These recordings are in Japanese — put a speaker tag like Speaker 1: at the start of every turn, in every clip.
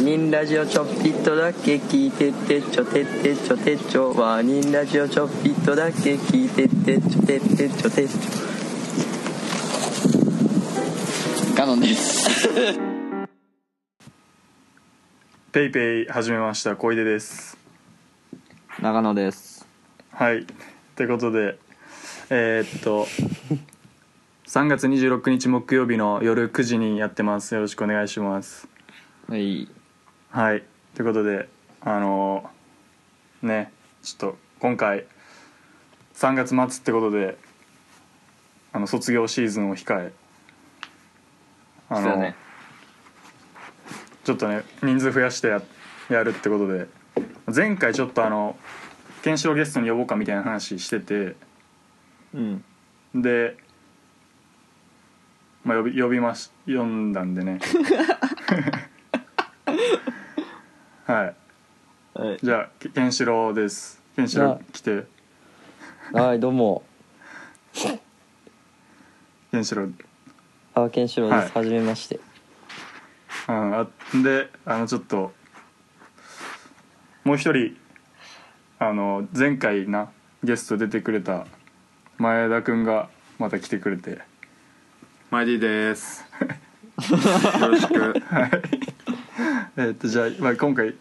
Speaker 1: 人ラジオちょっぴっとだけ聞いてってちょてってちょてっちょワーニンラジオちょっぴっとだけ聞いてってちょてってちょてっちょ
Speaker 2: ガノンです。
Speaker 3: ペイペイ始めました小出です
Speaker 2: 長野です。
Speaker 3: はいということでえーっ と3月26日木曜日の夜9時にやってますよろしくお願いします
Speaker 2: はい。
Speaker 3: はいということであのーねちょっと今回3月末ってことであの卒業シーズンを控えあ
Speaker 2: そうだね。
Speaker 3: ちょっとね人数増やしてややるってことで前回ちょっとあのケンシロウゲストに呼ぼうかみたいな話してて
Speaker 2: うん。
Speaker 3: で、まあ、呼び呼びまし呼んだんでねはい
Speaker 2: はい。
Speaker 3: じゃあケケンシロウですケンシロウ来て
Speaker 2: はい、どうも。
Speaker 3: ケンシロウ
Speaker 2: あ、ケンシロウです。
Speaker 3: は
Speaker 2: はじ、めまして。
Speaker 3: うんあであのちょっともう一人あの前回なゲスト出てくれた前田君がまた来てくれて
Speaker 4: マイディです。よろしく。
Speaker 3: えーっとじゃあ、まあ、今回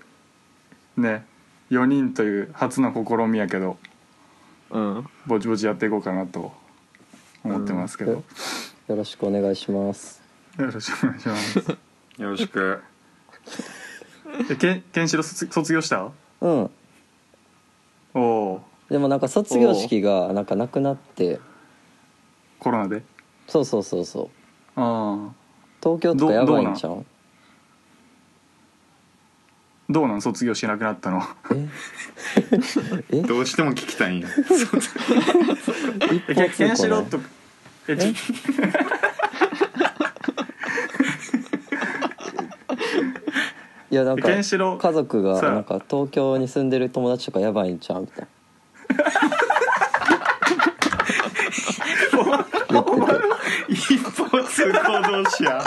Speaker 3: ね4人という初の試みやけど
Speaker 2: うん。よ
Speaker 3: ぼちぼちやっていこうかなと思ってますけど、
Speaker 2: ろしくお願いします。
Speaker 3: よろしくお願いします
Speaker 4: よろしく。
Speaker 3: えけんケンシロウ卒卒業した
Speaker 5: うん
Speaker 3: おお
Speaker 5: でもなんか卒業式がなんかなくなって
Speaker 3: コロナで
Speaker 5: そうそうそうそう
Speaker 3: ああ
Speaker 5: 東京とかやばいんじゃん
Speaker 3: どうなん卒業しなくなったの
Speaker 4: どうしても聞きたいんや。
Speaker 3: えけケンシロウ
Speaker 5: ね
Speaker 3: とえちょ
Speaker 5: いやなん
Speaker 3: え
Speaker 5: か
Speaker 3: ケンシロウ
Speaker 5: 家族が
Speaker 3: さあ
Speaker 5: なんか東京に住んでる友達とかやばいんじゃんみたいな言ってて
Speaker 4: 一方通行同士や。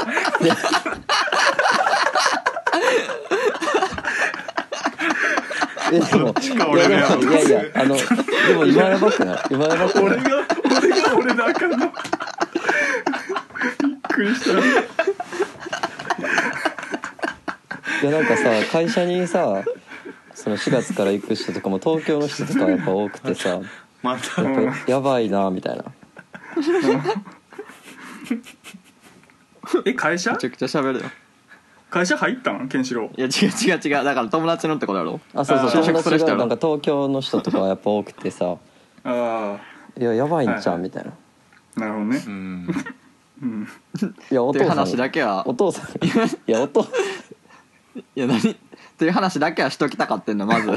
Speaker 5: えでも
Speaker 4: か
Speaker 5: い
Speaker 4: 俺
Speaker 5: や
Speaker 4: が
Speaker 5: で
Speaker 4: やろう
Speaker 5: もいやいやあのでも今やばくない今やばくな
Speaker 3: 俺
Speaker 5: い
Speaker 3: が俺が俺のあかんのびっくりした
Speaker 5: いやなんかさ会社にさその4月から行く人とかも東京の人とかやっぱ多くてさ
Speaker 4: また。
Speaker 5: やっぱやばいなみたいな
Speaker 3: え会社
Speaker 2: めちゃくちゃ喋るよ。
Speaker 3: 会社入ったんケンシロウ
Speaker 2: いや、違う違う違う。だから友達のってことやろ。
Speaker 5: あそう
Speaker 3: あ
Speaker 5: そう友
Speaker 3: ー
Speaker 2: 就職する
Speaker 5: 達
Speaker 2: 人や
Speaker 5: が
Speaker 2: ろ
Speaker 5: なんか東京の人とかはやっぱ多くてさ
Speaker 3: あ
Speaker 5: いややばいんちゃ
Speaker 3: はいは
Speaker 5: う
Speaker 3: い
Speaker 5: みたいな
Speaker 3: あなるほどね
Speaker 4: うん。
Speaker 3: うん
Speaker 5: いやお
Speaker 2: ってい
Speaker 5: 父
Speaker 2: う
Speaker 5: さん
Speaker 2: 話だけは
Speaker 5: お、父さんいやお父
Speaker 2: いや、何っていう話だけはしときたかってんの、まず。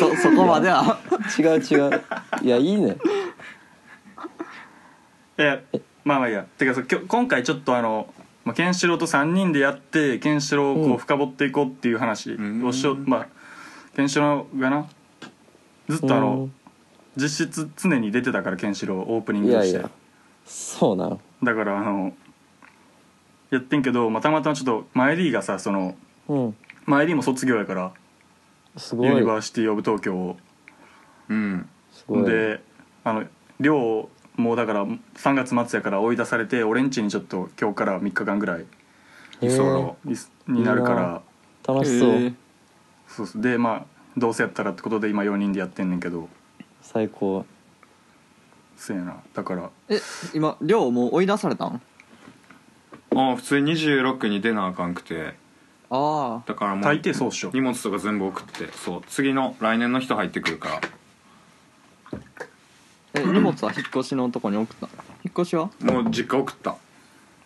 Speaker 2: そ、そこまでは。
Speaker 5: 違う違ういやいいね
Speaker 3: いやまあまあいいやてかさきょ今回ちょっとあの、まあ、ケンシロウと3人でやってケンシロウをこ
Speaker 5: う
Speaker 3: うん深掘っていこうっていう話をしよう、まあケンシロウがなずっとあの実質常に出てたからケンシロウオープニ
Speaker 5: う
Speaker 3: ン
Speaker 5: んい
Speaker 3: グと
Speaker 5: や
Speaker 3: し
Speaker 5: い
Speaker 3: て
Speaker 5: やそうなん
Speaker 3: だからあのやってんけどまあたまたまちょっとマエリーがさその
Speaker 5: うん
Speaker 3: マエリーも卒業やから
Speaker 5: すごい
Speaker 3: ユニバーシティ・オブ・東京を
Speaker 4: うん。
Speaker 5: すごい
Speaker 3: であの寮もうだから3月末やから追い出されて俺ん家にちょっと今日から3日間ぐらい
Speaker 5: へー
Speaker 3: 居候になるか
Speaker 5: いい
Speaker 3: ら
Speaker 5: 楽しそう、
Speaker 2: えー
Speaker 3: そうそうでまあどうせやったらってことで今4人でやってんねんけど
Speaker 5: 最高
Speaker 3: そうやなだから
Speaker 2: え、今、寮もう追い出されたん
Speaker 4: あ、普通に26に出なあかんくて。
Speaker 2: ああ。
Speaker 4: だからもう
Speaker 3: 大。抵そうっしょ
Speaker 4: 荷物とか全部送って、そう、次の来年の人入ってくるから。
Speaker 2: え、荷物は引っ越しのとこに送ったの引っ越しは
Speaker 4: もう実家送った。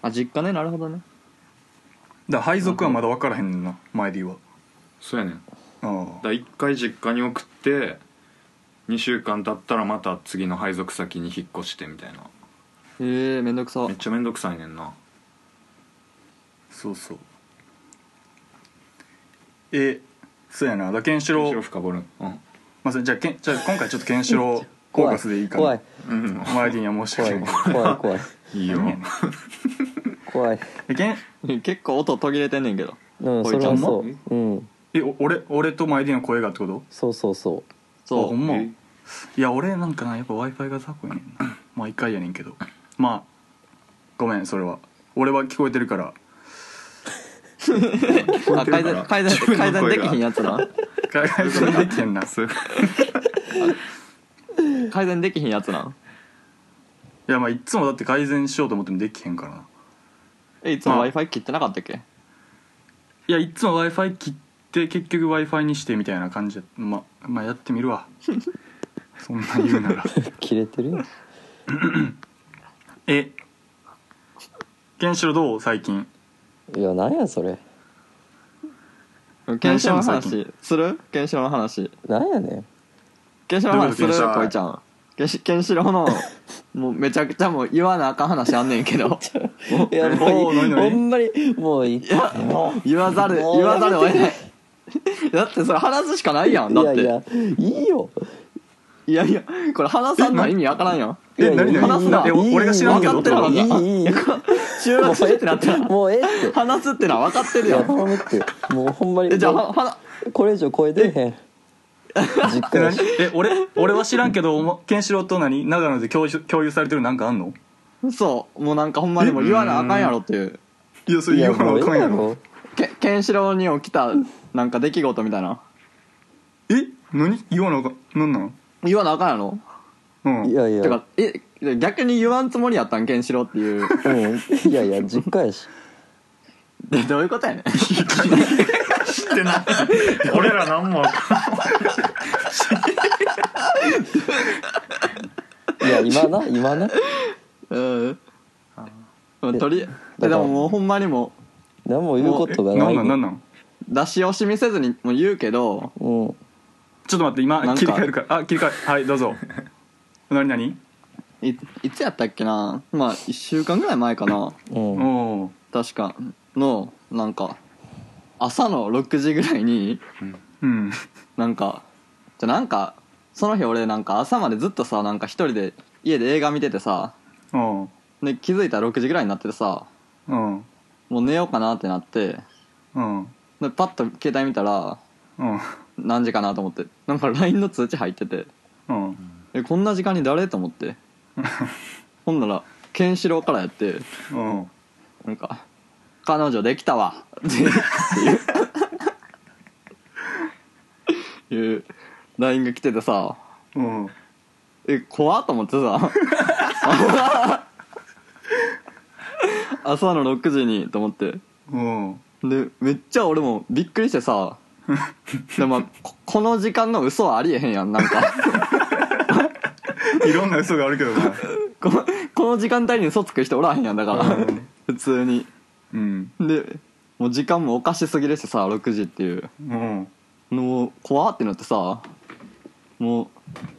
Speaker 2: あ、実家ね。なるほどね。
Speaker 3: だから配属はまだ分からへんねんなマイリーは
Speaker 4: そうやねん。だか
Speaker 3: ああ
Speaker 4: ら一回実家に送って。2週間経ったらまた次の配属先に引っ越してみたいな
Speaker 2: へえ、めんどくさ
Speaker 4: めっ。ちゃめんどくさいねんな
Speaker 3: そうそうえそうやなだからケンシロ
Speaker 4: 後ろ
Speaker 3: ウ、
Speaker 4: 深掘るうん
Speaker 3: まあ、それじゃあけんじゃあ今回ちょっとケンシロウフォーカスでいいか
Speaker 5: 怖
Speaker 3: ない
Speaker 4: うん
Speaker 3: マイリーには申し
Speaker 5: 怖
Speaker 3: 訳
Speaker 5: い
Speaker 3: ない
Speaker 5: 怖い怖い
Speaker 4: いいよ
Speaker 5: 怖い
Speaker 3: えけん
Speaker 2: 結構音途切れてんねんけど。
Speaker 5: うん
Speaker 2: こ
Speaker 5: そ
Speaker 2: いつ
Speaker 5: れは
Speaker 3: ほ
Speaker 5: そ
Speaker 3: んま
Speaker 5: ううん
Speaker 3: えお俺俺とマイディの声がってこと
Speaker 5: そうそう そ
Speaker 3: あ
Speaker 2: そ
Speaker 3: ほ
Speaker 2: うん
Speaker 3: ま
Speaker 4: え
Speaker 3: いや俺なんかなやっぱ w i f i が雑魚やねんなまあ一回やねんけどまあごめんそれは俺は聞こえてるから
Speaker 2: あ改善改善改善できひんやつな
Speaker 3: 海外それできへんな
Speaker 4: そう
Speaker 2: 改善できひんやつない
Speaker 3: やまあいつもだって改善しようと思ってもできへんからな
Speaker 2: えいつ
Speaker 3: う
Speaker 2: も
Speaker 3: ん
Speaker 2: w i f i 切ってなかったっけ
Speaker 3: いやいつも w i f i 切って結局 w i f i にしてみたいな感じでままあやってみ るわそんな言う なら
Speaker 5: う切れてるよ
Speaker 3: えケンシロウどう最近
Speaker 5: いやなんやそれ
Speaker 3: 何
Speaker 2: 検証の
Speaker 3: してんの最
Speaker 2: 話する検証の話
Speaker 5: なんやねん
Speaker 2: 検証の話する
Speaker 4: どういうこと
Speaker 2: こいちゃん検証のもうめちゃくちゃもう言わなあかん話あんねんけど
Speaker 5: いやも
Speaker 3: おー何
Speaker 5: う
Speaker 3: 々
Speaker 5: ほんまにもういい
Speaker 2: いや言わざる言
Speaker 5: もう
Speaker 2: わざるを得ない だってそれ話すしかないやんだって
Speaker 5: いやいやいいよ
Speaker 2: いやいやこれ話さんの意味わからんやん
Speaker 5: いや
Speaker 3: え何
Speaker 5: いや
Speaker 2: 話
Speaker 3: 何
Speaker 2: すな
Speaker 3: えお俺が知らんけど
Speaker 2: 分かってる
Speaker 5: い
Speaker 2: わ
Speaker 5: いいいいい
Speaker 2: 収
Speaker 5: もうえ
Speaker 2: 録し
Speaker 5: え
Speaker 2: て
Speaker 5: っ
Speaker 2: っててなったら
Speaker 5: もうええって
Speaker 2: 話すってのは分かってる
Speaker 5: い
Speaker 2: や
Speaker 5: や
Speaker 2: ん
Speaker 5: 頼むってもうほんまに
Speaker 2: えじゃあ
Speaker 5: もう
Speaker 2: はは
Speaker 5: これ以上声出えへん実
Speaker 3: え
Speaker 5: 家や
Speaker 3: 何
Speaker 5: し
Speaker 3: え俺俺は知らんけどおもケンシロウと何長野で共有共有されてるなんかあんの
Speaker 2: そうもうなんかほんまにもう言わなあかんやろっていう
Speaker 3: いやそれ
Speaker 5: い
Speaker 3: 言
Speaker 5: や
Speaker 3: うの
Speaker 5: もう
Speaker 3: あかん
Speaker 5: ええ
Speaker 3: や
Speaker 5: や
Speaker 3: ろ
Speaker 5: ろ
Speaker 2: けケンシロウに起きたなんか出来事みたいな
Speaker 3: え何言わなあかん何なの
Speaker 2: 言わなあかんやろ
Speaker 3: うん
Speaker 5: いやいや
Speaker 2: てかえ逆に言わんつもりやったんケンシロウってい う
Speaker 5: うんいやいや実家やし
Speaker 2: でどういうこ とやねん
Speaker 4: 知ってない 俺ら何も分か
Speaker 5: いや今な今な
Speaker 2: うんまあとりえで
Speaker 5: だから
Speaker 2: ももうほんまにも
Speaker 5: 何も言うことが
Speaker 3: え
Speaker 5: な
Speaker 3: ないんなんなんなん
Speaker 2: う出し惜しみせずにもう言うけど
Speaker 5: うん
Speaker 3: ちょっと待って今
Speaker 2: なんか
Speaker 3: 切り替えるからあ切り替えはいど うぞ何何
Speaker 2: いいつやったっけなまあ1週間ぐらい前かな
Speaker 5: うん
Speaker 3: おお
Speaker 2: 確かのなんか朝の6時ぐらいに
Speaker 3: うん
Speaker 2: なんかじゃあなんかその日俺なんか朝までずっとさなんか一人で家で映画見ててさ
Speaker 3: おう
Speaker 2: で気づいたら6時ぐらいになっててさ
Speaker 3: うん
Speaker 2: もう寝ようかなってなって
Speaker 3: うん
Speaker 2: でパッと携帯見たら
Speaker 3: うん
Speaker 2: 何時かなと思ってなんか LINE の通知入ってて
Speaker 3: うん
Speaker 2: えこんな時間に誰と思ってほんならケンシロウからやって
Speaker 3: うん
Speaker 2: なんか「彼女できたわ」っていういう LINE が来ててさ
Speaker 3: うん
Speaker 2: え怖っと思ってさ朝の6時にと思って
Speaker 3: うん
Speaker 2: でめっちゃ俺もびっくりし てさでもここの時間の嘘はありえへんやんなんか
Speaker 3: いろんな嘘があるけどな
Speaker 2: このこの時間帯に嘘つく人おらへんやんだから
Speaker 3: うん
Speaker 2: 普通に
Speaker 3: うん
Speaker 2: でもう時間もおかしすぎるしさ6時っていう
Speaker 3: うん
Speaker 2: もう怖ってなってさも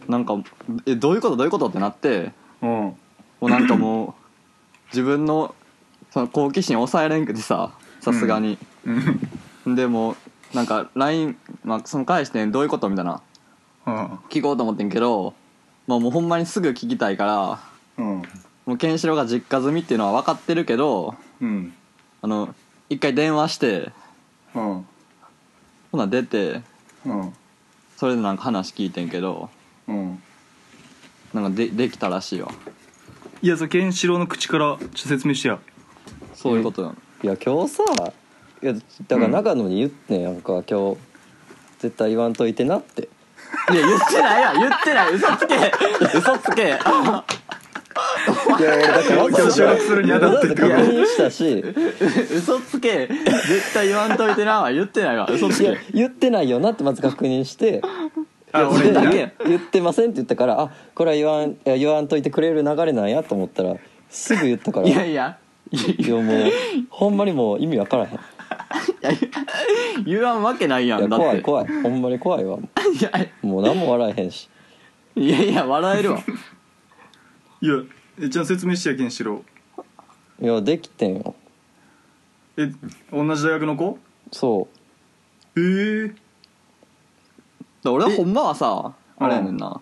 Speaker 2: うなんかえどういうことどういうことってなって
Speaker 3: うん
Speaker 2: もうなんか もう自分のその好奇心抑えれんくてささすがに、
Speaker 3: うん
Speaker 2: でもうなんか LINE、まあ、その返してどういうことみたいな
Speaker 3: うん
Speaker 2: 聞こうと思ってんけど、まあ、もうほんまにすぐ聞きたいか
Speaker 3: う
Speaker 2: ら
Speaker 3: ん
Speaker 2: もうケンシロウが実家済みっていうのは分かってるけど
Speaker 3: うん
Speaker 2: あの一回電話して
Speaker 3: うん
Speaker 2: ほな出て
Speaker 3: うん
Speaker 2: それでなんか話聞いてんけど
Speaker 3: うん
Speaker 2: なんかでできたらしいわ
Speaker 3: いやそれケンシロウの口からちょっと説明してや
Speaker 2: そういうことなの
Speaker 5: いや今日さいやだから長野に言ってんやんか、今日絶対言わんといてなって
Speaker 2: いや言ってないわ言ってない嘘つけ 嘘つけ
Speaker 5: いや俺だからわざわ
Speaker 3: 今日収
Speaker 5: ざ
Speaker 3: 録するにあたってってこと
Speaker 5: わざわざ確認した し
Speaker 2: 嘘つけ絶対言わんといてなわ言ってないわ嘘つ
Speaker 5: いや
Speaker 2: け
Speaker 5: 言ってないよなってまず確認して
Speaker 3: あ
Speaker 2: それ
Speaker 5: で
Speaker 3: 俺
Speaker 2: だけ
Speaker 5: 言言ってませんって言ったからあこれは言わんいや言わんといてくれる流れなんやと思ったらすぐ言ったから
Speaker 2: いやいやい
Speaker 5: いやもうほんまにもう意味わからへんい
Speaker 2: や言わんわけないや
Speaker 5: や
Speaker 2: んだって
Speaker 5: 怖い怖いほんまに怖いわ
Speaker 2: いや
Speaker 5: もう何も笑えへんし
Speaker 2: い やいや笑えるわ
Speaker 3: いやえじゃあ説明してやケンシロ
Speaker 5: いやできてんよ
Speaker 3: ウえ同じ大学の子
Speaker 5: そ
Speaker 3: ええ
Speaker 2: 俺はほんまはさあれやねんな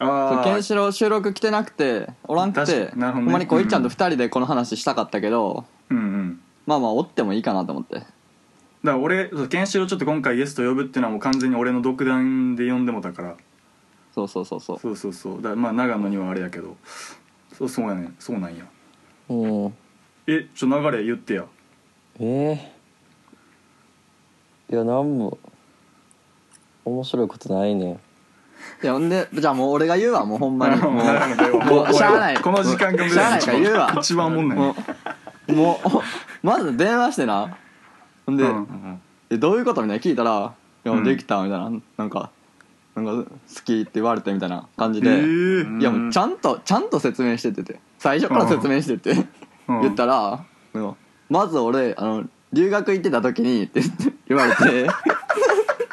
Speaker 3: ああ
Speaker 2: ケンシロウ収録来てなくておらんく
Speaker 3: 確
Speaker 2: て
Speaker 3: かになるほどね
Speaker 2: んまにこいちゃんと2人でこの話したかったけど、
Speaker 3: うんうん
Speaker 2: まあまあおってもいいかなと思って
Speaker 3: だから俺そうケンシロウちょっと今回ゲスト呼ぶっていうのはもう完全に俺の独断で呼んでもたから
Speaker 2: そうそうそうそう
Speaker 3: そうそうそうだからまあ長野にはあれやけどそうそうやねそうなんや
Speaker 5: うん
Speaker 3: えちょ流れ言ってや
Speaker 5: えー、いやなんも面白いことないねん
Speaker 2: いやほんでじゃあもう俺が言うわもうほ んまにもう
Speaker 3: 長野では
Speaker 2: もうしゃあない
Speaker 3: この時間が
Speaker 2: しゃあないから言うわ
Speaker 3: 一番おもんない
Speaker 2: もうもうまず電話してなほんで、
Speaker 3: うん
Speaker 4: うん
Speaker 2: えどういうことみたいな聞いたら「いや
Speaker 3: うん
Speaker 2: できた」みたいななんか「なんか好き」って言われてみたいな感じで、
Speaker 3: えー
Speaker 2: いやもうちゃんとちゃんと説明してってて最初から説明してって、
Speaker 3: うん
Speaker 2: 言ったら「でもまず俺あの留学行ってた時に」って言って言われて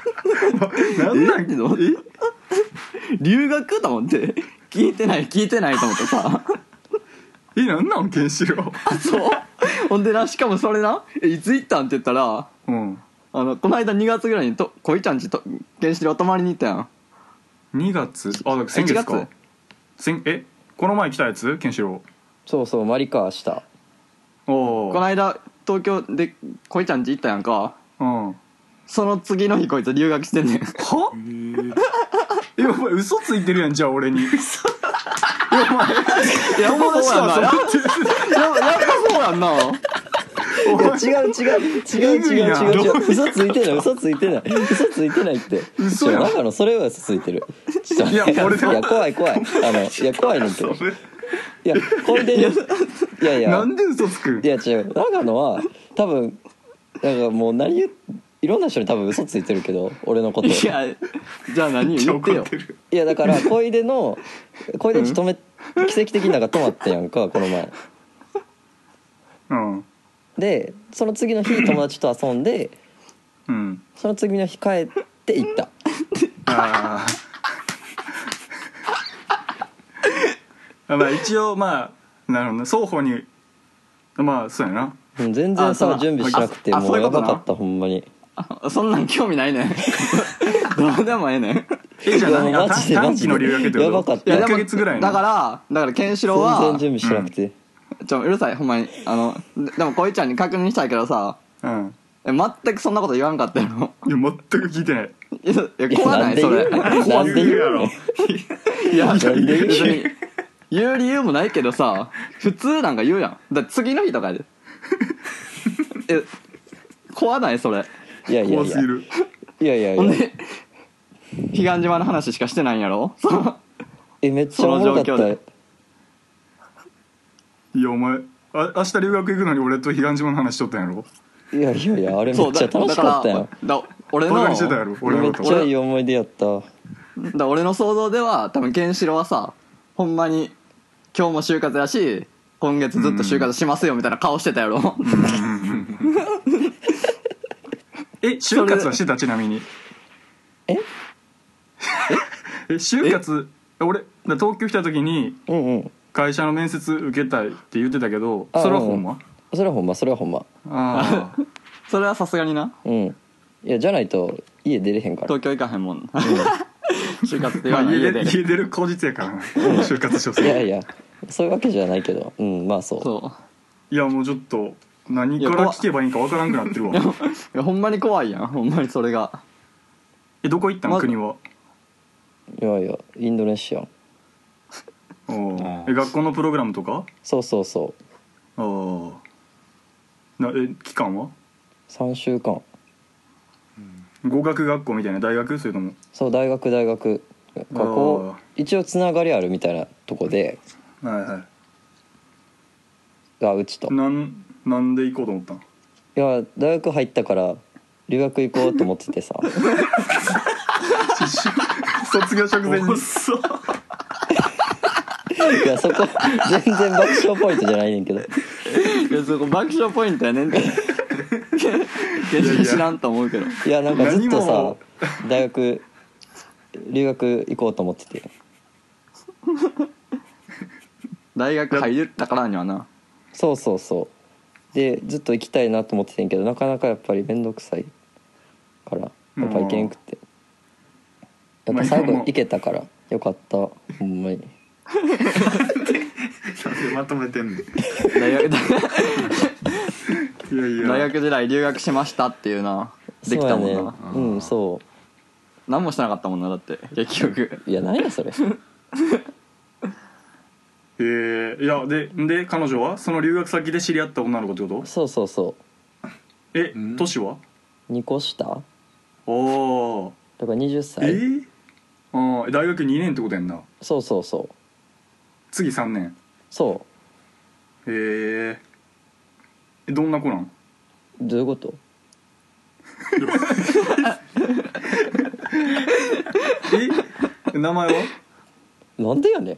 Speaker 2: 「
Speaker 3: なんなん
Speaker 2: えって思って留学?」と思って聞いてない聞いてないと思ってさ。
Speaker 3: えなんなんケンシロ
Speaker 2: そうほんでなしかもそれな「えいつ行ったん?」って言ったら
Speaker 3: ウ うん
Speaker 2: あのこの間2月ぐらいにとこいちゃんちと原子でお泊まりに行ったやん
Speaker 3: 2月あだから先月
Speaker 2: 1
Speaker 3: か
Speaker 2: 月
Speaker 3: 先えこの前来たやつケンシロ
Speaker 5: そうそうマリカした
Speaker 3: ウおお
Speaker 2: この間東京でこいちゃんち行ったやんか
Speaker 3: うん
Speaker 2: その次の日こいつ留学してんねん
Speaker 3: はえお前嘘ついてるやんじゃあ俺に
Speaker 2: いや
Speaker 3: 友達と
Speaker 2: やっぱ
Speaker 3: 遊ぶって
Speaker 2: そうやんな
Speaker 3: お前
Speaker 5: 違う違う違う違う違う違う嘘ついてない嘘ついてない嘘ついてないって
Speaker 3: 嘘やん
Speaker 5: ちょ長野それは嘘ついてるちょっと
Speaker 3: いや俺でも
Speaker 5: いや怖い怖いあのいや 怖いねんけどいやこれでいやいや
Speaker 3: なんで嘘つくん
Speaker 5: いや違う長野は多分なんかもう何言ういろんな人に多分嘘ついてるけど俺のこと
Speaker 2: いやじゃあ何言っ
Speaker 4: 怒
Speaker 2: てよ
Speaker 4: ってる
Speaker 5: いやだから小出の小出んち止め、奇跡的になんか止まってんやんかこの前
Speaker 3: うん
Speaker 5: でその次の日友達と遊んで
Speaker 3: うん
Speaker 5: その次の日帰って行った
Speaker 3: あ あまあ一応まあなるほどね双方にまあそうやな
Speaker 5: うん全然
Speaker 2: あそう
Speaker 5: さ
Speaker 2: だ
Speaker 5: 準備しなくて
Speaker 2: あ
Speaker 5: も
Speaker 2: そう
Speaker 5: う
Speaker 2: いう
Speaker 5: や
Speaker 2: こと
Speaker 5: ば
Speaker 2: な
Speaker 5: かったほんまに
Speaker 2: あそんなん興味ない ねんどうでもええねん
Speaker 3: えじゃあ何
Speaker 5: いやマ
Speaker 3: が
Speaker 5: ジで
Speaker 3: 短期の留学ってこと
Speaker 5: やばかった
Speaker 2: いや
Speaker 3: 1
Speaker 2: でも
Speaker 3: ヶ月ぐらいの
Speaker 2: だからだからケンシロウは
Speaker 5: 全然準備しなくて、
Speaker 2: ちょうるさいほんまにあのででもこいちゃんに確認したいけどさ
Speaker 3: うん
Speaker 2: え全くそんなこと言わんかったよ
Speaker 3: いや全く聞いてない
Speaker 2: いやい
Speaker 5: い
Speaker 2: や
Speaker 5: や
Speaker 2: 怖
Speaker 5: な
Speaker 2: なんい
Speaker 5: で言
Speaker 2: そうれ
Speaker 5: のなんで言うの
Speaker 2: いや別
Speaker 5: なんで言う
Speaker 2: に言う理由もないけどさ普通なんか言うやんだって次の日とかで え怖ないそれ
Speaker 5: いやいや
Speaker 3: 怖
Speaker 5: い
Speaker 3: す
Speaker 5: や
Speaker 3: ぎる
Speaker 5: いやいやい
Speaker 2: ほん
Speaker 5: や
Speaker 2: で彼岸島の話しかしてないんやろその
Speaker 5: えめっちゃおもろか
Speaker 2: そ
Speaker 5: った
Speaker 2: の状況
Speaker 5: よ
Speaker 2: で
Speaker 3: いやお前あ明日留学行くのに俺と彼岸島の話しとったんやろ
Speaker 5: いやいやいやあれめ
Speaker 2: そ
Speaker 5: っ
Speaker 2: う
Speaker 5: ちゃ
Speaker 2: だ
Speaker 5: 楽しかった
Speaker 2: だ
Speaker 5: よ
Speaker 2: からだ俺
Speaker 3: バ
Speaker 2: の
Speaker 3: カにしてたやろ俺
Speaker 5: め
Speaker 3: の
Speaker 5: っ
Speaker 3: こと
Speaker 5: ちゃいい思い出やったわ
Speaker 2: だから俺の想像では多分ケンシロウはさほんまに今日も就活やし今月ずっと就活しますよみたいな顔してたやろ、
Speaker 3: え就活はしてたちなみに
Speaker 5: え
Speaker 3: え就活俺だから東京来た時に
Speaker 5: うんうん
Speaker 3: 会社の面接受けたいって言ってたけど
Speaker 5: あ
Speaker 3: それはほんま
Speaker 5: それはほんまそれはほんま
Speaker 3: ああ
Speaker 2: それはさすがにな
Speaker 5: うんいやじゃないと家出れへんから
Speaker 2: 東京行かへんもん就活って言
Speaker 3: ま
Speaker 2: わ
Speaker 3: あ
Speaker 2: ない
Speaker 3: 家
Speaker 2: 家で
Speaker 3: 出家出る口実 やからな就活しよう
Speaker 5: いやい
Speaker 3: い
Speaker 5: やそういうわけじゃないけどうんまあそう
Speaker 2: そ
Speaker 3: やもうちょっと何か
Speaker 2: いや怖
Speaker 3: ら
Speaker 2: っ
Speaker 3: 聞けばいいんかわからんくなってるわ
Speaker 2: ういやほんまに怖いやんほんまにそれが
Speaker 3: えどこ行った
Speaker 2: ま
Speaker 3: ん
Speaker 2: ず
Speaker 3: 国はい
Speaker 5: やいやインドネシア
Speaker 3: おう
Speaker 4: うん
Speaker 3: え学校のプログラムとか
Speaker 5: そうそうそう
Speaker 3: ああなえ期間は
Speaker 5: 3週間
Speaker 3: 語学学校みたいな大学それとも
Speaker 5: そう大学大学学校
Speaker 3: あー
Speaker 5: 一応つながりあるみたいなとこで
Speaker 3: はいは
Speaker 5: がうちと
Speaker 3: い
Speaker 5: い
Speaker 3: なんなんで行こうと思ったん
Speaker 5: や大学入ったから留学行こうと思っててさ
Speaker 3: 卒業直前に
Speaker 5: いやそこ全然爆笑ポイントじゃないねんけど
Speaker 2: いやそこ爆笑ポイントやねん ってケンシロウ知らんと思うけど
Speaker 5: いやなんかずっ
Speaker 3: 何も
Speaker 5: とさ大学留学行こうと思ってて
Speaker 2: 大学入ったからにはな
Speaker 5: そうそうそうでずっと行きたいなと思っててんけどなかなかやっぱり面倒くさいからやっぱ行けんくてやっ
Speaker 3: まあ
Speaker 5: ぱ最後
Speaker 3: 今も
Speaker 5: 行けたからよかったほんまに
Speaker 4: なんでまとめてんねん
Speaker 2: 大学
Speaker 3: いやいや
Speaker 2: 大学時代留学しましたっていうなできたも
Speaker 5: そ
Speaker 2: ん
Speaker 5: うや
Speaker 2: な、
Speaker 5: ねうんそ
Speaker 2: 何もしてなかったもんなだって結局
Speaker 5: ういや何やそれ
Speaker 3: えー、いやでで彼女はその留学先で知り合った女の子ってこと
Speaker 5: そうそうそ
Speaker 3: え
Speaker 4: ん
Speaker 3: 年は
Speaker 5: う2個下
Speaker 3: おー
Speaker 5: とか20
Speaker 3: え
Speaker 5: 歳、
Speaker 3: ーあー大学2年ってことやんな
Speaker 5: そうそうそう
Speaker 3: 次3年
Speaker 5: そ
Speaker 3: えー、えどんな子なん
Speaker 5: うどういうこと
Speaker 3: え 名前は
Speaker 5: なんでやねんい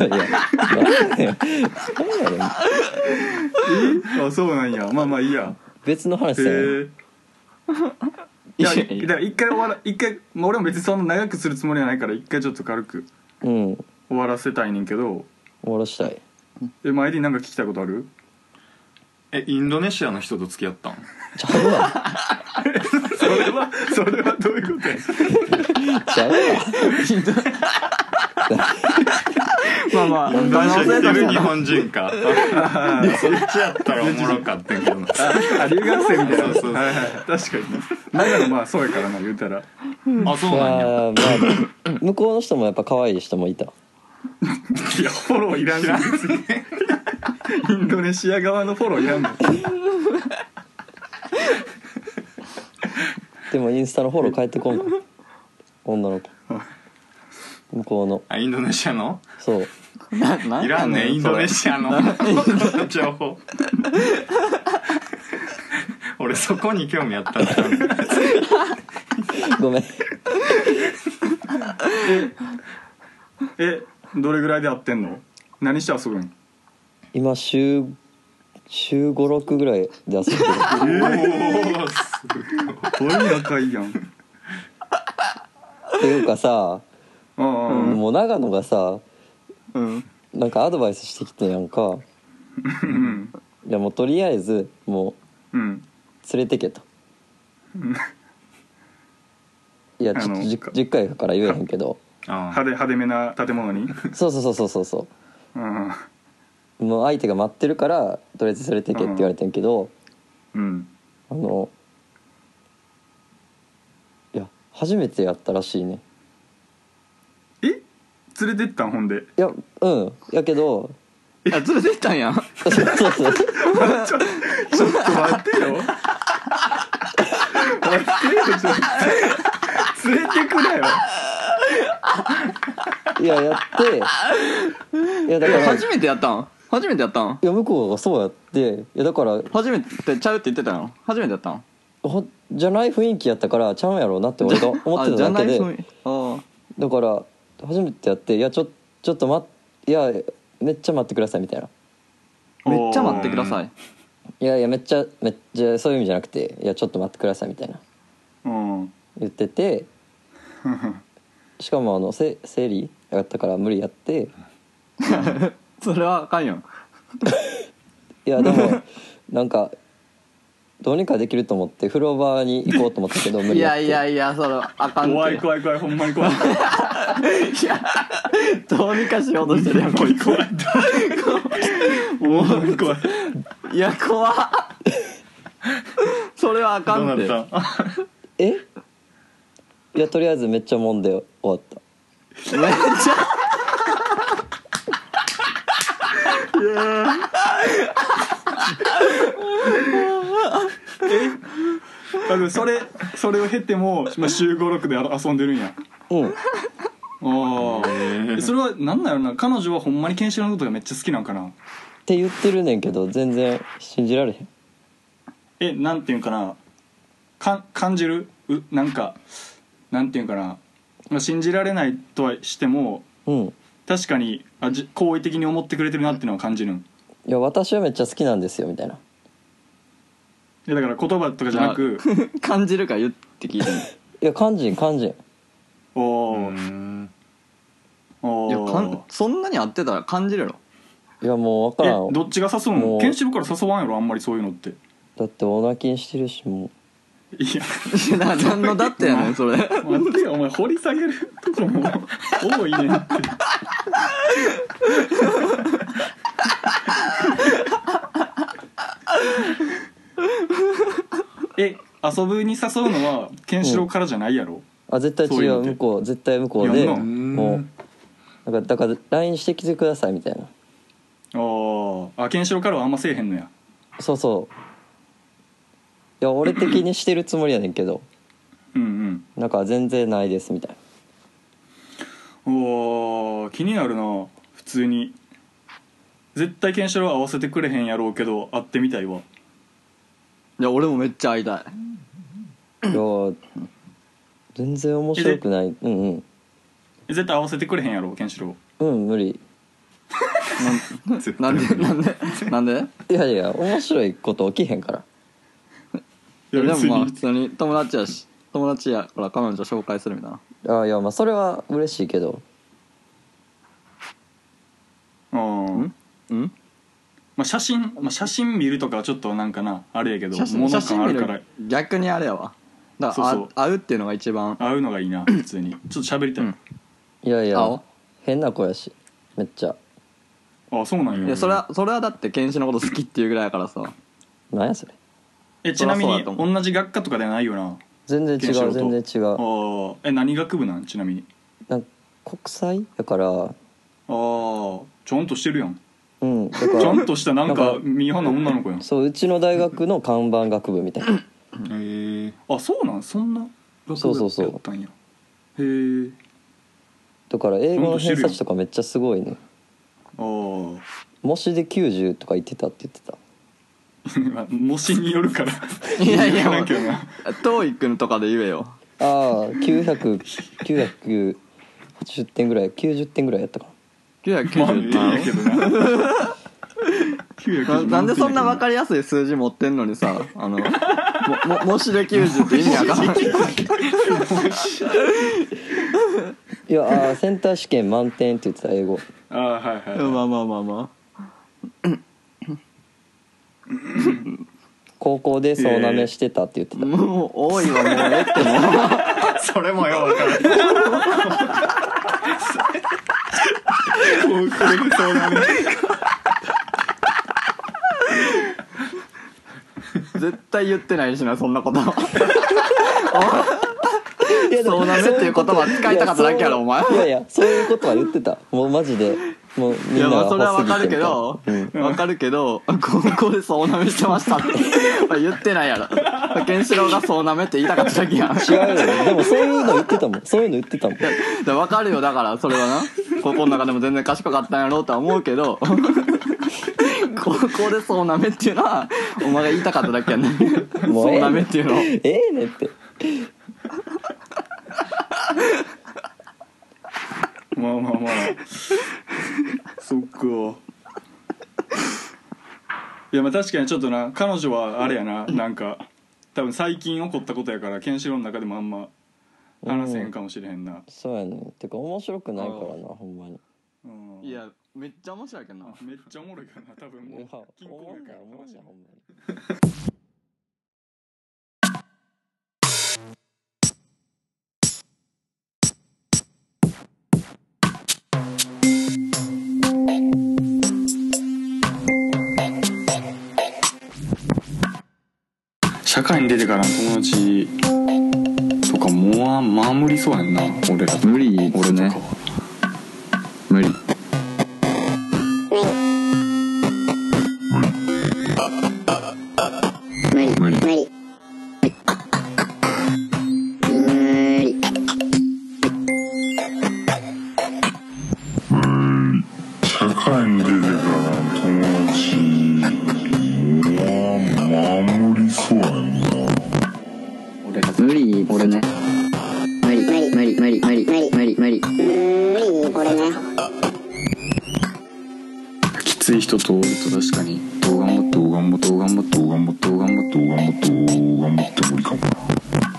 Speaker 5: やいやなんでやねんなんやねん
Speaker 3: あそうなんやまあまあいいや
Speaker 5: 別の話
Speaker 3: へえ
Speaker 5: やねん
Speaker 3: ーいや
Speaker 2: いやいや
Speaker 3: だから一回終わら一回まあ俺も別にそんな長くするつもりはないから一回ちょっと軽く
Speaker 5: うん
Speaker 3: 終わらせたいねんけど
Speaker 5: 終わらしたい
Speaker 3: え前になんか聞きたいことある
Speaker 4: えインドネシアの人と付き合ったん
Speaker 5: ちゃうわ
Speaker 3: それは それはどういうことや
Speaker 5: ちゃうわ
Speaker 2: まあまあ
Speaker 4: イ
Speaker 2: 可
Speaker 4: ンドネシ
Speaker 2: 能
Speaker 4: アにい
Speaker 2: 性として
Speaker 4: る
Speaker 2: は
Speaker 4: 日
Speaker 2: な
Speaker 4: 本人かそっちやったらおもろかったけどな
Speaker 3: あ留学生みたいな
Speaker 4: そうそうそう
Speaker 3: はいはい、確かにね長野まあそうやからな言うたら
Speaker 4: あそうなんや
Speaker 5: まあまあ向こうの人もやっぱ可愛い人もいた
Speaker 3: いやフォローいらんし別に インドネシア側のフォローいらんの
Speaker 5: でもインスタのフォロー返ってこんの女の子向こうの
Speaker 4: あインドネシアの
Speaker 5: そう
Speaker 2: ない
Speaker 4: らんねインドネ
Speaker 2: ア
Speaker 4: シアの情報 俺そこに興味あったんだ
Speaker 5: ごめん
Speaker 3: えどれぐらいで会ってんの何して遊ぶん
Speaker 5: 今週週56ぐらいで遊んでる
Speaker 4: おーす
Speaker 3: これ仲いいやん
Speaker 5: っていうかさ
Speaker 3: ああ、うん
Speaker 5: もう長野がさ
Speaker 2: うん
Speaker 5: なんかアドバイスしてきてやんか
Speaker 3: うん
Speaker 5: いやもうとりあえずも
Speaker 3: うん
Speaker 5: う連れてけといやちょっ
Speaker 3: あ
Speaker 5: と
Speaker 3: の
Speaker 5: 10, 10回だから言えへんけど
Speaker 4: あ
Speaker 3: 派手派手めな建物に
Speaker 5: そうそうそうそうそうそう
Speaker 3: うん
Speaker 5: もう相手が待ってるからとりあえず連れてけって言われてんけど、
Speaker 3: うん
Speaker 5: あのいや初めてやったらしいね
Speaker 3: え連れてったんほんで
Speaker 5: いやうんやけど
Speaker 2: いや連れてったんやん
Speaker 5: そうそうそう
Speaker 3: ちょちょっと待ってよ待ってよちょっと連れてくなよ
Speaker 5: いややっていやだからい
Speaker 2: 初めてやったん初めてやったん
Speaker 5: や向こうがそうやっていやだから
Speaker 2: 初めてちゃうって言ってたの初めてやったん
Speaker 5: ほじゃない雰囲気やったからちゃうんやろうなって俺が思って
Speaker 2: あじゃ
Speaker 5: ただ
Speaker 2: な
Speaker 5: け
Speaker 2: い
Speaker 5: で
Speaker 2: そういあ
Speaker 5: だから初めてやっていやちょちょっと待っていやめっちゃ待ってくださいみたいな
Speaker 2: あめっちゃ待ってください
Speaker 5: いやいやめっちゃめっちゃそういう意味じゃなくていやちょっと待ってくださいみたいな
Speaker 3: うん
Speaker 5: 言って てしかもあのせ生理やったから無理やって
Speaker 2: それはあかんよ
Speaker 5: い やでもなんかどうにかできると思って風呂場に行こうと思ったけど無
Speaker 2: い
Speaker 5: 理やっ
Speaker 2: や
Speaker 5: て
Speaker 2: いやいやそれはあかんって
Speaker 3: 怖い怖い怖いほんまに怖い
Speaker 2: いやどうにかしようとしてるやんこいつ
Speaker 3: ほんまに怖い
Speaker 2: いや怖っそれはあか
Speaker 4: どうん
Speaker 2: って
Speaker 4: なった
Speaker 5: えいやとりあえずめっちゃもんで終わった
Speaker 2: めっちゃ
Speaker 3: あでもそれそれを経ても、まあ、週56であ遊んでるんや
Speaker 5: うん
Speaker 3: ああそれはなんだろうな彼女はほんまにケンシロウのことがめっちゃ好きなんかな
Speaker 5: って言ってるねんけど全然信じられへん
Speaker 3: えなんていうんかなか感じるうなんかなんていうんかな、まあ、信じられないとはしても
Speaker 5: うん
Speaker 3: 確かにあじ好意的に思ってくれてるなっていうのは感じるん
Speaker 5: いや私はめっちゃ好きなんですよみたいない
Speaker 3: やだから言葉とかじゃなく
Speaker 2: 感じるか言って聞いてんの
Speaker 5: いや肝心肝心
Speaker 3: お
Speaker 4: う
Speaker 3: ー
Speaker 4: ん
Speaker 3: お
Speaker 2: いやか
Speaker 3: ー
Speaker 2: んそんなに合ってたら感じるやろ
Speaker 5: いやもう分から
Speaker 3: え
Speaker 5: ん
Speaker 3: どっちが誘う
Speaker 5: も
Speaker 3: の
Speaker 5: う
Speaker 3: ケンシロウから誘わんやろあんまりそういうのって
Speaker 5: だってお腹筋してるしもう
Speaker 3: いや
Speaker 2: いやな何のだってやねんそれ
Speaker 3: 待ってよお前掘り下げるとこも多いねんってえ遊ぶに誘うのはケンシロウからじゃないやろ
Speaker 5: あ絶対
Speaker 3: そうい
Speaker 5: 違
Speaker 3: う
Speaker 5: う
Speaker 3: のって
Speaker 5: 向こう絶対向こうで
Speaker 3: いや
Speaker 5: も
Speaker 3: う
Speaker 5: うんなんかだから LINE してきてくださいみたいな
Speaker 3: ああケンシロウからはあんませえへんのや
Speaker 5: そうそういや俺的にしてるつもりやねんけど
Speaker 3: うん
Speaker 5: なんか全然ないですみたい
Speaker 3: うんおー気になるな普通に絶対ケンシロウは合わせてくれへんやろうけど会ってみたいわ
Speaker 2: いや俺もめっちゃ会いた
Speaker 5: な
Speaker 2: い
Speaker 5: いや全然面白くないうんうん
Speaker 3: え絶対合わせてくれへんやろケンシロウ
Speaker 5: うん無理
Speaker 2: な んでなんでなんで
Speaker 5: いやいや面白いこと起きへんから
Speaker 2: いやでもまあ普
Speaker 3: 別に
Speaker 2: 通に友達やし友達やから彼女紹介するみたいな
Speaker 5: あーいやまあそれは嬉しいけど
Speaker 3: うん
Speaker 2: うん
Speaker 3: まあ、写真、まあ、写真見るとかはちょっとなんかなあれやけど
Speaker 2: 写真
Speaker 3: 物
Speaker 2: 写
Speaker 3: 感
Speaker 2: 真
Speaker 3: あ
Speaker 2: 見
Speaker 3: るから
Speaker 2: る逆にあれやわだからあ
Speaker 3: そうそう
Speaker 2: 会うっていうのが一番
Speaker 3: 会うのがいいな普通にちょっと喋りたい、
Speaker 2: うん
Speaker 5: いやいや
Speaker 2: 青
Speaker 5: 変な子やしめっちゃ
Speaker 3: あそうなんや
Speaker 2: いやそれはそれはだってケンシのこと好きっていうぐらいやからさ
Speaker 5: なんやそれ
Speaker 3: えちなみ
Speaker 2: そ
Speaker 3: に
Speaker 2: らそうだと思
Speaker 3: 同じ学科とかではないよな
Speaker 5: 全然
Speaker 3: ケンシ
Speaker 5: 違
Speaker 3: ロ
Speaker 5: う
Speaker 3: ウと
Speaker 5: 全然違
Speaker 3: あ
Speaker 5: う
Speaker 3: ーえ何学部なんちなみに
Speaker 5: なんか国際だから
Speaker 3: ああちゃんとしてるやん
Speaker 5: うんだか
Speaker 3: ちゃん
Speaker 5: ら
Speaker 3: としたなんか
Speaker 5: なんか
Speaker 3: ミーハーな女の子やん
Speaker 5: そううちの大学の看板学部みたいな
Speaker 4: へえ
Speaker 3: あそうなんそんな
Speaker 5: そうそうそう
Speaker 3: 学部やったんやへえ
Speaker 5: だから英語
Speaker 3: ほん
Speaker 5: の
Speaker 3: として
Speaker 5: 偏
Speaker 3: るよ
Speaker 5: 差値とかめっちゃすごいね
Speaker 3: あー
Speaker 5: 模試で90とか言ってたって言ってた
Speaker 3: まあ模試によるから
Speaker 2: いやいや
Speaker 3: なんかな
Speaker 2: トーイックのとかで言えよ
Speaker 5: ああ900980点ぐらい90点ぐらいやったか
Speaker 3: まあいい
Speaker 2: 990
Speaker 3: やけどな990
Speaker 2: ななんでそんな分かりやすい数字持ってんのに さあのもももしで90って意味わかんない
Speaker 5: ないやあーセンター試験満点って言ってた英語
Speaker 3: ああはいはい、はい
Speaker 2: まあまあまあま
Speaker 5: 高校でそうなめしてたって言って
Speaker 2: あ
Speaker 5: た、
Speaker 2: もう多いわもうええっても
Speaker 4: それもよ分からない
Speaker 3: もうこれでそうだね
Speaker 2: う絶対言ってないしなそんなこと
Speaker 5: いやでも
Speaker 2: そうなめっていう言葉使いたかっただけやろお前
Speaker 5: いやいやそういうことは言ってたもうマジでもう
Speaker 2: い
Speaker 5: みん
Speaker 2: や
Speaker 5: な
Speaker 2: まあそれは
Speaker 5: が
Speaker 2: わ
Speaker 5: 欲
Speaker 2: か
Speaker 5: すぎて
Speaker 2: るけ
Speaker 5: みたいな
Speaker 2: どわかるけど高校でそうなめしてま したってまあ言ってないやろケンシロウがそうなめって言いたかっただけや
Speaker 5: 違
Speaker 2: ん
Speaker 5: うよでもそういうの言ってたもんそういうの言ってたもん
Speaker 2: だ分かるよだからそれはな高校の中でも全然賢かったんやろうとは思うけど 高校でそうなめっていうのはお前が言いたかっただけやね
Speaker 5: も
Speaker 2: そう
Speaker 5: ええねん
Speaker 2: うなめっていうのを
Speaker 5: ええねんって
Speaker 3: まあまあまあそっかいやまあ確かにちょっとな彼女はあれやななんか多分最近起こったことやからケンシロウの中でもあんま話せへんかもしれへんな、
Speaker 5: そうやねんてか面白くないからなほんまに
Speaker 3: うん、
Speaker 2: いやめっちゃ面白いけどな
Speaker 3: あめっちゃおもろいからな多分も
Speaker 5: いうや
Speaker 3: 金
Speaker 5: 思
Speaker 3: 庫
Speaker 5: わ
Speaker 3: やか
Speaker 5: ない
Speaker 3: ら
Speaker 5: 思わ
Speaker 3: 話
Speaker 5: ないほんまに
Speaker 3: 社会に出てからの友達とかもうまあ無理そうやんな俺ら
Speaker 2: 無理っすね無理
Speaker 6: 無理無理無理
Speaker 7: 社会に出てから友達は守りそうやな
Speaker 1: 無理俺ね
Speaker 6: 無理無理無理無理無理無理無理無理これね
Speaker 3: きつい人と確かに
Speaker 7: どう頑張ってもどう頑張ってもどう頑張ってもどう頑張ってもどう頑張っても無理かもな